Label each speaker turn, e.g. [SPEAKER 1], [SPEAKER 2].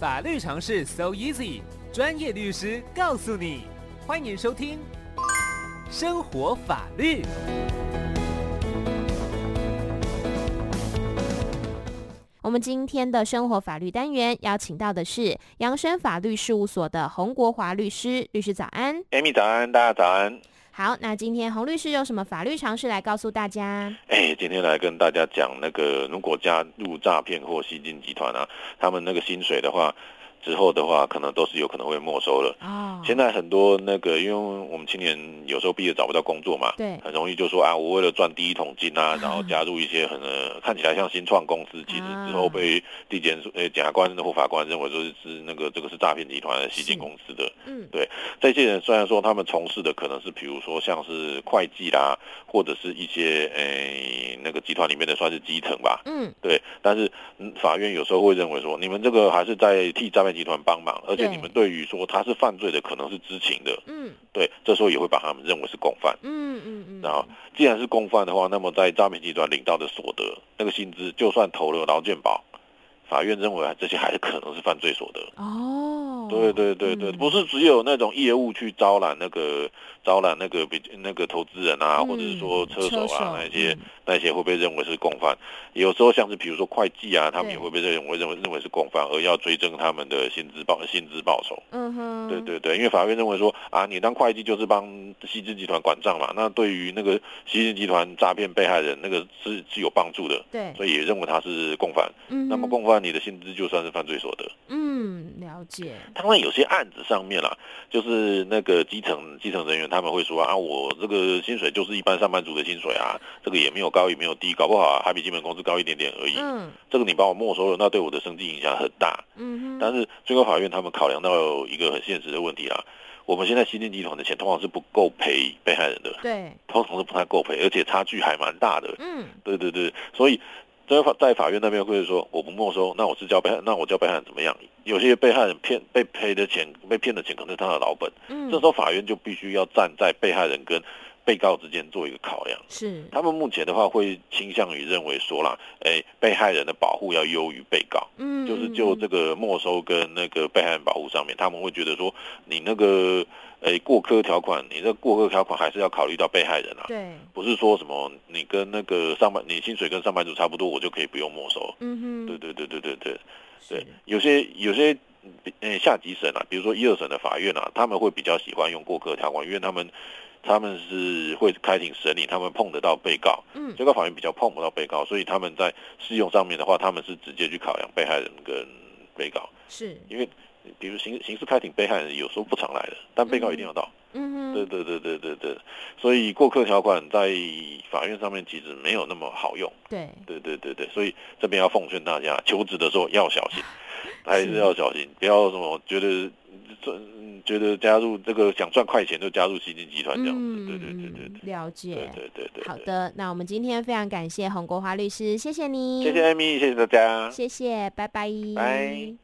[SPEAKER 1] 法律常识 so easy，专业律师告诉你。欢迎收听《生活法律》。
[SPEAKER 2] 我们今天的生活法律单元邀请到的是扬生法律事务所的洪国华律师，律师早安。
[SPEAKER 3] Amy 早安，大家早安。
[SPEAKER 2] 好，那今天洪律师有什么法律常识来告诉大家？
[SPEAKER 3] 哎，今天来跟大家讲那个，如果加入诈骗或吸金集团啊，他们那个薪水的话，之后的话可能都是有可能会没收了。
[SPEAKER 2] 哦，
[SPEAKER 3] 现在很多那个，因为我们青年有时候毕业找不到工作嘛，
[SPEAKER 2] 对
[SPEAKER 3] 很容易就说啊，我为了赚第一桶金啊，然后加入一些很、呃、看起来像新创公司，其实之后被地检署、呃检察官或法官认为说是是那个这个是诈骗集团吸金公司的。
[SPEAKER 2] 嗯，
[SPEAKER 3] 这些人虽然说他们从事的可能是比如说像是会计啦，或者是一些诶、那个集团里面的算是基层吧，
[SPEAKER 2] 嗯，
[SPEAKER 3] 对，但是嗯法院有时候会认为说，你们这个还是在替诈骗集团帮忙，而且
[SPEAKER 2] 对
[SPEAKER 3] 你们对于说他是犯罪的，可能是知情的，
[SPEAKER 2] 嗯，
[SPEAKER 3] 对，这时候也会把他们认为是共犯。
[SPEAKER 2] 嗯，嗯，嗯，
[SPEAKER 3] 然后，既然是共犯的话，那么在诈骗集团领到的所得，那个薪资，就算投了劳健保，法院认为这些还是可能是犯罪所得。
[SPEAKER 2] 哦，
[SPEAKER 3] 对对对对，
[SPEAKER 2] 嗯
[SPEAKER 3] 不是只有那种业务去招揽那个招揽那个比那个投资人啊，
[SPEAKER 2] 嗯
[SPEAKER 3] 或者是说车手啊那些、
[SPEAKER 2] 嗯
[SPEAKER 3] 那些会被认为是共犯，有时候像是比如说会计啊，他们
[SPEAKER 2] 对
[SPEAKER 3] 也会被认为认为认为是共犯，而要追征他们的薪资报薪资报酬。
[SPEAKER 2] 嗯哼，
[SPEAKER 3] 对，对对，因为法院认为说啊，你当会计就是帮西资集团管账嘛，那对于那个西资集团诈骗被害人那个是是有帮助的，
[SPEAKER 2] 对，
[SPEAKER 3] 所以也认为他是共犯。
[SPEAKER 2] 嗯哼，
[SPEAKER 3] 那么共犯你的薪资就算是犯罪所得。
[SPEAKER 2] 嗯，了解，
[SPEAKER 3] 当然，有些案子上面啦，就是那个基层基层人员他们会说啊，我这个薪水就是一般上班族的薪水啊，这个也没有高也没有低，搞不好、啊、还比基本工资高一点点而已。
[SPEAKER 2] 嗯，
[SPEAKER 3] 这个你把我没收了，那对我的生计影响很大。
[SPEAKER 2] 嗯哼，
[SPEAKER 3] 但是最高法院他们考量到一个很现实的问题啦，我们现在新进集团的钱通常是不够赔被害人的，
[SPEAKER 2] 对，
[SPEAKER 3] 通常是不太够赔，而且差距还蛮大的。
[SPEAKER 2] 嗯，
[SPEAKER 3] 对对对，所以在法在法院那边会说，我不没收，那我是叫被害，那我叫被害人怎么样？有些被害人骗被赔的钱，被骗的钱可能是他的老本，
[SPEAKER 2] 嗯，
[SPEAKER 3] 这时候法院就必须要站在被害人跟被告之间做一个考量。
[SPEAKER 2] 是，
[SPEAKER 3] 他们目前的话会倾向于认为说啦，哎，被害人的保护要优于被告，
[SPEAKER 2] 嗯，
[SPEAKER 3] 就是就这
[SPEAKER 2] 个，
[SPEAKER 3] 个没收跟那个被害人保护上面，他们会觉得说，你那个哎过客条款，你这过客条款还是要考虑到被害人啊。
[SPEAKER 2] 对，
[SPEAKER 3] 不是说什么你跟那个上班，你薪水跟上班族差不多，我就可以不用没收。
[SPEAKER 2] 嗯哼，
[SPEAKER 3] 对对对对对对对
[SPEAKER 2] 是，，
[SPEAKER 3] 有些有些呃下级审啊，比如说一二审的法院啊，他们会比较喜欢用过客条款，因为他们他们是会开庭审理，他们碰得到被告，
[SPEAKER 2] 嗯，
[SPEAKER 3] 最高法院比较碰不到被告，所以他们在适用上面的话，他们是直接去考量被害人跟被告，
[SPEAKER 2] 是，
[SPEAKER 3] 因为比如刑刑事开庭，被害人有时候不常来的，但被告一定要到。
[SPEAKER 2] 嗯哼，
[SPEAKER 3] 对对对对对对，所以过客条款在法院上面其实没有那么好用。
[SPEAKER 2] 对，
[SPEAKER 3] 对对对对，所以这边要奉劝大家，求职的时候要小心，还是要小心，不要什么觉得赚觉得加入这个想赚快钱就加入吸金集团这样子。对对对对
[SPEAKER 2] 嗯，了解。
[SPEAKER 3] 对对对对
[SPEAKER 2] 好
[SPEAKER 3] 对。
[SPEAKER 2] 的，那我们今天非常感谢洪国华律师，谢谢你，
[SPEAKER 3] 谢谢，艾米，谢谢大家。
[SPEAKER 2] 谢谢，拜拜，
[SPEAKER 3] 啊拜。